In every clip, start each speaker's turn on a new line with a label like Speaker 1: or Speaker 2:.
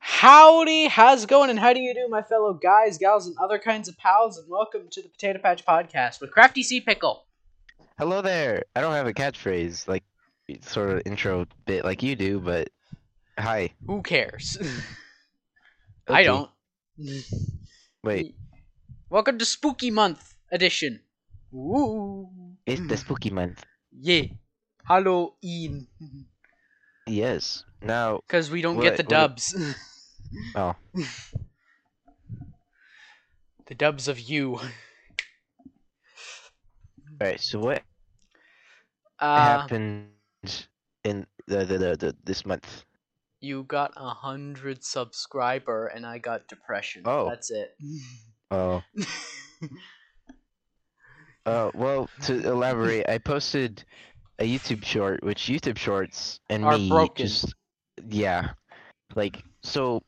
Speaker 1: Howdy, how's it going, and how do you do, my fellow guys, gals, and other kinds of pals, and welcome to the Potato Patch Podcast with Crafty Sea Pickle.
Speaker 2: Hello there. I don't have a catchphrase like sort of intro bit like you do, but hi.
Speaker 1: Who cares? I
Speaker 2: Okay.
Speaker 1: don't.
Speaker 2: Wait,
Speaker 1: Welcome to Spooky Month edition. Ooh.
Speaker 2: it's the spooky month.
Speaker 1: Yeah. Halloween.
Speaker 2: Yes. Now,
Speaker 1: Because we don't get
Speaker 2: What-
Speaker 1: the
Speaker 2: what-
Speaker 1: dubs.
Speaker 2: oh,
Speaker 1: the dubs of you.
Speaker 2: all right. So what
Speaker 1: Uh,
Speaker 2: happened in the, the, the, the this month?
Speaker 1: you got a hundred subscriber, and I got depression.
Speaker 2: Oh.
Speaker 1: That's it.
Speaker 2: Oh, uh, well, to elaborate, I posted a YouTube short, which YouTube shorts and
Speaker 1: Are
Speaker 2: me
Speaker 1: broken.
Speaker 2: just yeah, like so.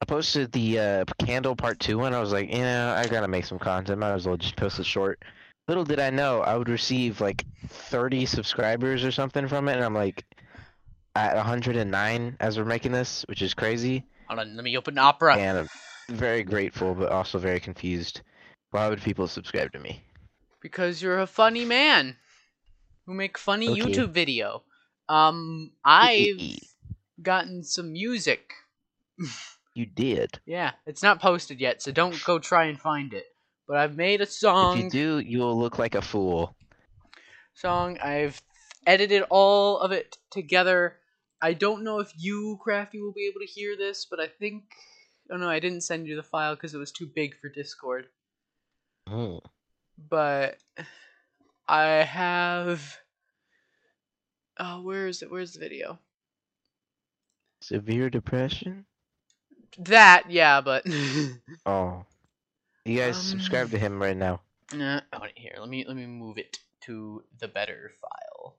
Speaker 2: I posted the uh, candle part two, and I was like, you know, I gotta make some content. Might as well just post a short. Little did I know I would receive like 30 subscribers or something from it, and I'm like at 109 as we're making this, which is crazy.
Speaker 1: Hold on, let me open Opera.
Speaker 2: And I'm very grateful, but also very confused. Why would people subscribe to me?
Speaker 1: Because you're a funny man who make funny
Speaker 2: Okay.
Speaker 1: YouTube video. Um, I've gotten some music.
Speaker 2: You did.
Speaker 1: Yeah, it's not posted yet, so don't go try and find it. But I've made a
Speaker 2: if you
Speaker 1: song.
Speaker 2: do, you'll look like a fool.
Speaker 1: Song. I've edited all of it together. I don't know if you, Crafty, will be able to hear this, but I think. Oh no, I didn't send you the file because it was too big for Discord.
Speaker 2: Mm.
Speaker 1: but I have. Oh, where is it? Where's the video?
Speaker 2: Severe depression?
Speaker 1: That, yeah, but.
Speaker 2: Oh. You guys subscribe
Speaker 1: Um.
Speaker 2: to him right now.
Speaker 1: Nah, oh, here, let me let me move it to the better file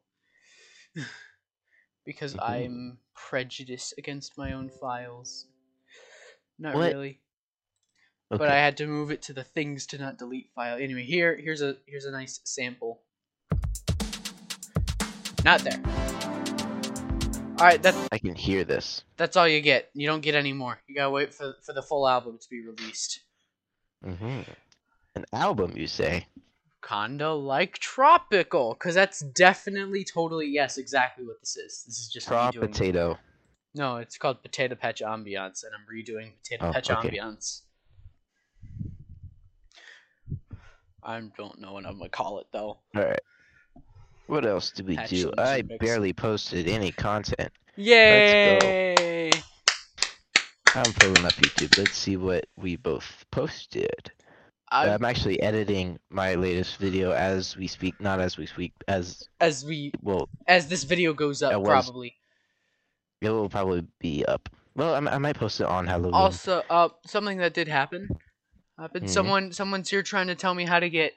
Speaker 1: because
Speaker 2: Mhm.
Speaker 1: I'm prejudiced against my own files. Not
Speaker 2: What?
Speaker 1: really,
Speaker 2: Okay.
Speaker 1: but I had to move it to the things to not delete file. Anyway, here here's a here's a nice sample. Not there. All right, that's
Speaker 2: I can hear this.
Speaker 1: That's all you get. You don't get any more. You gotta wait for for the full album to be released.
Speaker 2: hmm An album, you say?
Speaker 1: Kinda like Tropical, cause that's definitely, totally, yes, exactly what this is. This is just
Speaker 2: Raw
Speaker 1: redoing-
Speaker 2: potato.
Speaker 1: No, it's called Potato Patch Ambiance, and I'm redoing Potato
Speaker 2: Oh,
Speaker 1: Patch
Speaker 2: okay.
Speaker 1: Ambiance. I don't know what I'm gonna call it though.
Speaker 2: Alright. What else did we
Speaker 1: Actions
Speaker 2: do?
Speaker 1: and
Speaker 2: I
Speaker 1: mixes.
Speaker 2: barely posted any content. Let's go.
Speaker 1: Yay!
Speaker 2: I'm pulling up YouTube. Let's see what we both posted.
Speaker 1: I-
Speaker 2: I'm actually editing my latest video as we speak, not as we speak, as
Speaker 1: as we
Speaker 2: well,
Speaker 1: as this video goes up,
Speaker 2: That was-
Speaker 1: probably.
Speaker 2: it will probably be up. Well, I, I might post it on Halloween.
Speaker 1: Also, uh, something that did happen. Happened.
Speaker 2: Mhm.
Speaker 1: Someone, someone's here trying to tell me how to get,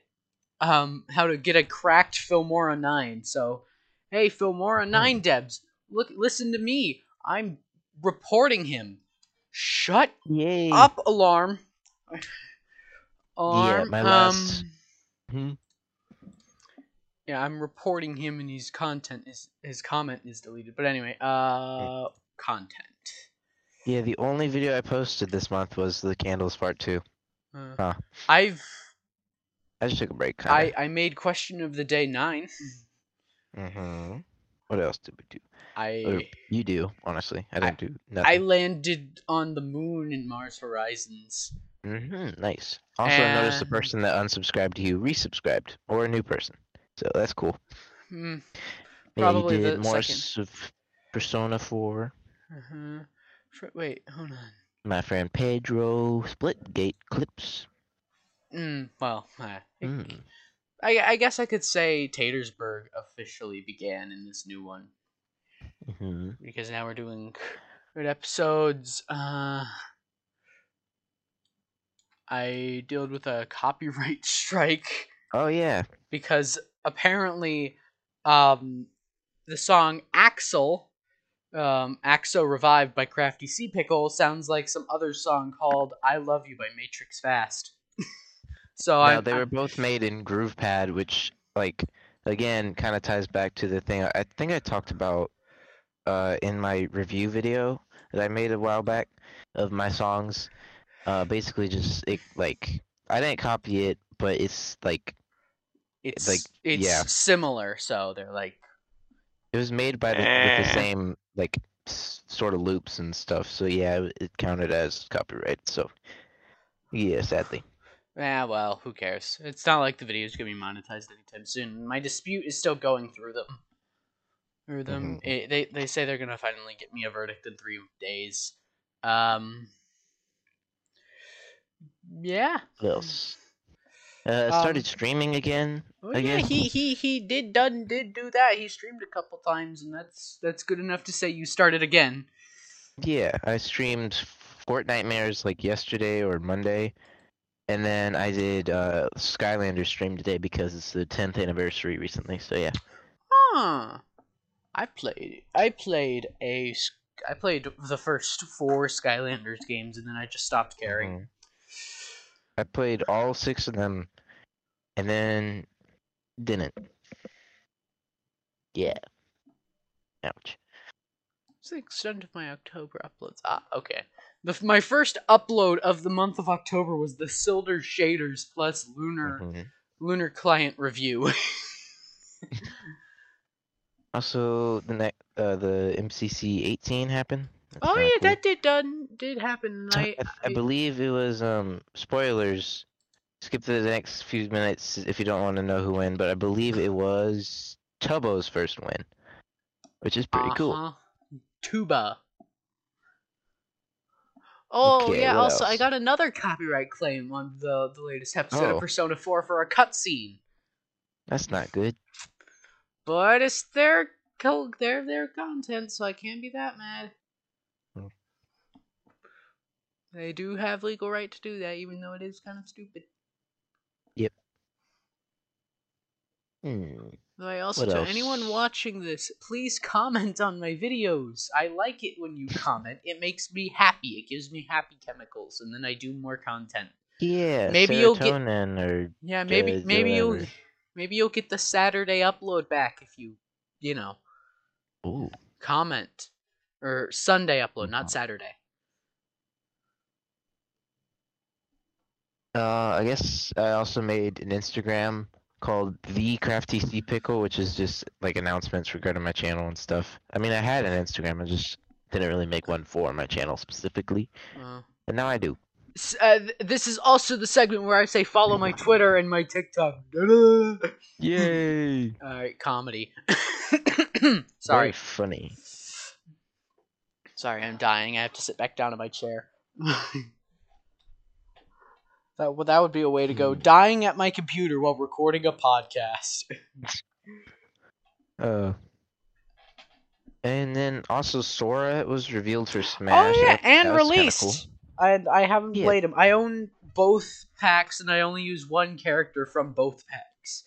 Speaker 1: um, how to get a cracked Filmora nine. So, hey, Filmora
Speaker 2: Mm-hmm.
Speaker 1: nine Debs, look, listen to me. I'm reporting him. Shut
Speaker 2: Yay!
Speaker 1: up, alarm. alarm.
Speaker 2: my last-
Speaker 1: um,
Speaker 2: Mhm.
Speaker 1: Yeah, I'm reporting him, and his content is his comment is deleted. But anyway, uh,
Speaker 2: Mm.
Speaker 1: content.
Speaker 2: Yeah, the only video I posted this month was the candles part two.
Speaker 1: Uh,
Speaker 2: Huh.
Speaker 1: I've
Speaker 2: I just took a break.
Speaker 1: I, I made question of the day nine.
Speaker 2: Mm-hmm. What else did we do? Or
Speaker 1: I
Speaker 2: you do, honestly. I
Speaker 1: I-
Speaker 2: didn't do
Speaker 1: I
Speaker 2: nothing.
Speaker 1: landed on the moon in Mars Horizons.
Speaker 2: hmm Nice. Also, I noticed the
Speaker 1: And-
Speaker 2: person that unsubscribed to you resubscribed, or a new person. So that's cool.
Speaker 1: Hmm.
Speaker 2: Yeah, you
Speaker 1: Probably the
Speaker 2: did more
Speaker 1: second.
Speaker 2: s- of Persona 4.
Speaker 1: Uh-huh. Fr- Wait, hold on.
Speaker 2: My friend Pedro, Splitgate clips.
Speaker 1: Mm, well, I,
Speaker 2: Mm.
Speaker 1: I I guess I could say Tatersburg officially began in this new one
Speaker 2: hmm
Speaker 1: because now we're doing good episodes. Uh, I dealt with a copyright strike.
Speaker 2: Oh yeah.
Speaker 1: because apparently um, the song Axel, um, Axo Revived by Crafty Sea Pickle, sounds like some other song called I Love You by Matrix Fast. so
Speaker 2: No,
Speaker 1: Oh, I.
Speaker 2: they were both made in GroovePad, which like again kind of ties back to the thing I, I think I talked about. uh, in my review video that I made a while back of my songs. Uh, basically, just it, like I didn't copy it, but it's like
Speaker 1: It's
Speaker 2: like,
Speaker 1: it's
Speaker 2: yeah.
Speaker 1: similar, so they're like
Speaker 2: it was made by the, with
Speaker 3: Eh.
Speaker 2: the same like s- sort of loops and stuff. So yeah, it- it counted as copyright. So yeah, sadly.
Speaker 1: Ah, well, who cares? It's not like the video's gonna be monetized anytime soon. My dispute is still going through them. Through them,
Speaker 2: Mhm.
Speaker 1: It- they they say they're gonna finally get me a verdict in three days. Um, yeah.
Speaker 2: What else? Uh,
Speaker 1: Um,
Speaker 2: started streaming again.
Speaker 1: Oh,
Speaker 2: I
Speaker 1: yeah,
Speaker 2: guess-
Speaker 1: he he he did done did do that. He streamed a couple times, and that's that's good enough to say you started again.
Speaker 2: Yeah, I streamed Fort Nightmares like yesterday or Monday, and then I did uh, Skylander stream today because it's the 10th anniversary recently. So yeah,
Speaker 1: Huh. I played I played a s- I played the first four Skylanders games, and then I just stopped caring.
Speaker 2: Mhm. I played all six of them, and then didn't. Yeah. Ouch.
Speaker 1: It's the extent of my October uploads. Ah, okay. The, f- my first upload of the month of October was the Silder Shaders plus Lunar
Speaker 2: Mhm.
Speaker 1: Lunar Client review.
Speaker 2: Also, the ne- uh, the MCC 18 happened. That's
Speaker 1: oh
Speaker 2: kinda
Speaker 1: yeah,
Speaker 2: cool.
Speaker 1: that did done did happen. and I,
Speaker 2: I, I
Speaker 1: I-
Speaker 2: believe it was um spoilers. Skip to the next few minutes if you don't want to know who won, but I believe it was Tubbo's first win, which is pretty cool.
Speaker 1: Uh-huh. Tuba. Oh
Speaker 2: Okay,
Speaker 1: yeah.
Speaker 2: what
Speaker 1: Also, I
Speaker 2: else?
Speaker 1: got another copyright claim on the the latest episode of
Speaker 2: Oh.
Speaker 1: Persona Four for a cutscene.
Speaker 2: That's not good.
Speaker 1: But it's their co their their content, so I can't be that mad.
Speaker 2: Hmm.
Speaker 1: They do have legal right to do that, even though it is kind of stupid.
Speaker 2: Hmm.
Speaker 1: Though I also
Speaker 2: What
Speaker 1: tell anyone
Speaker 2: else?
Speaker 1: watching this, please comment on my videos. I like it when you comment. it makes me happy. It gives me happy chemicals, and then I do more content.
Speaker 2: Yeah,
Speaker 1: Maybe
Speaker 2: maybe
Speaker 1: you'll get-
Speaker 2: serotonin or
Speaker 1: Yeah, maybe
Speaker 2: Good,
Speaker 1: maybe you'll
Speaker 2: whatever.
Speaker 1: maybe you'll get the Saturday upload back if you you know
Speaker 2: ooh,
Speaker 1: comment or Sunday upload, not
Speaker 2: Mhm.
Speaker 1: Saturday.
Speaker 2: uh, I guess I also made an Instagram called the Crafty Sea Pickle, which is just like announcements regarding my channel and stuff. I mean, I had an Instagram, I just didn't really make one for my channel specifically,
Speaker 1: Uh,
Speaker 2: but now I do.
Speaker 1: S- uh, th- this is also the segment where I say follow my Twitter and my TikTok. All
Speaker 2: Yay!
Speaker 1: right, comedy.
Speaker 2: Very
Speaker 1: Sorry.
Speaker 2: funny.
Speaker 1: Sorry, I'm dying. I have to sit back down in my chair. that well, that would be a way to go.
Speaker 2: Hmm.
Speaker 1: Dying at my computer while recording a podcast.
Speaker 2: Uh, and then also Sora was revealed for Smash.
Speaker 1: oh yeah,
Speaker 2: that-
Speaker 1: and
Speaker 2: that was kinda cool.
Speaker 1: released. And I haven't
Speaker 2: Yeah.
Speaker 1: played them. I own both packs, and I only use one character from both packs.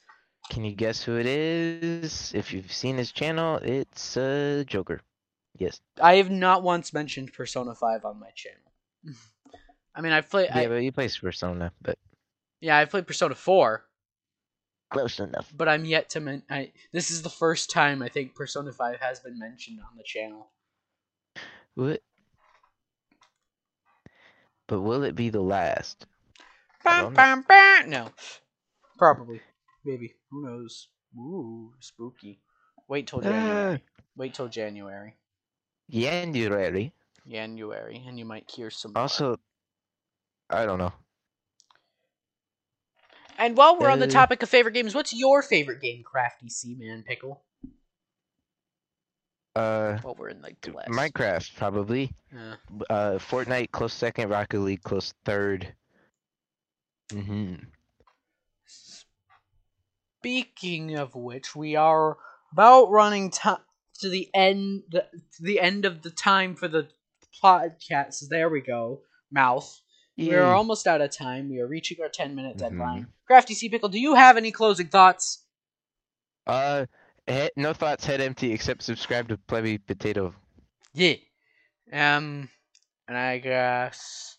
Speaker 2: Can you guess who it is? If you've seen his channel, it's uh Joker. Yes.
Speaker 1: I have not once mentioned Persona Five on my channel. I mean, I've played.
Speaker 2: Yeah,
Speaker 1: I-
Speaker 2: but he plays Persona, but
Speaker 1: Yeah, I've played Persona 4,
Speaker 2: close enough.
Speaker 1: but I'm yet to men- I this is the first time I think Persona 5 has been mentioned on the channel.
Speaker 2: What? But will it be the last? I
Speaker 1: Bam,
Speaker 2: don't
Speaker 1: bam, bam. No. Probably. Maybe. Who knows? Ooh, spooky. Wait till January.
Speaker 2: Ah,
Speaker 1: Wait till January.
Speaker 2: January.
Speaker 1: January, and you might hear some more.
Speaker 2: Also, I don't know.
Speaker 1: And while we're on the
Speaker 2: Uh,
Speaker 1: topic of favorite games, what's your favorite game, Crafty Seaman Pickle?
Speaker 2: Uh,
Speaker 1: While we're in like the last.
Speaker 2: Minecraft probably.
Speaker 1: Uh,
Speaker 2: B- uh Fortnite close second, Rocket League close third. Mm-hmm.
Speaker 1: Speaking of which, we are about running to, to the end the, to the end of the time for the podcast. There we go. Mouth. We are almost out of time. We are reaching our 10 minute deadline. Crafty Sea Pickle, do you have any closing thoughts?
Speaker 2: Uh, he- no thoughts, head empty, except subscribe to Plebby Potato.
Speaker 1: Yeah. Um and I guess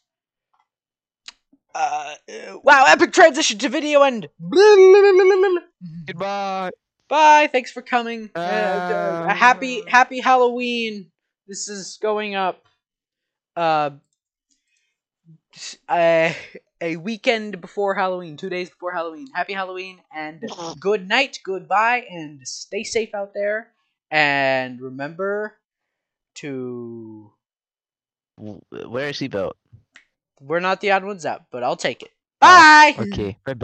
Speaker 1: uh, uh, wow, epic transition to video and
Speaker 2: Goodbye.
Speaker 1: Bye. Bye. Thanks for coming. Uh, uh,
Speaker 2: Uh,
Speaker 1: happy Happy Halloween. This is going up. Uh, a, a weekend before Halloween, two days before Halloween. Happy Halloween and good night, goodbye, and stay safe out there. And remember to.
Speaker 2: W- Wear a seatbelt.
Speaker 1: We're not the odd ones out, but I'll take it.
Speaker 2: Oh,
Speaker 1: Bye!
Speaker 2: Okay. Bye bye.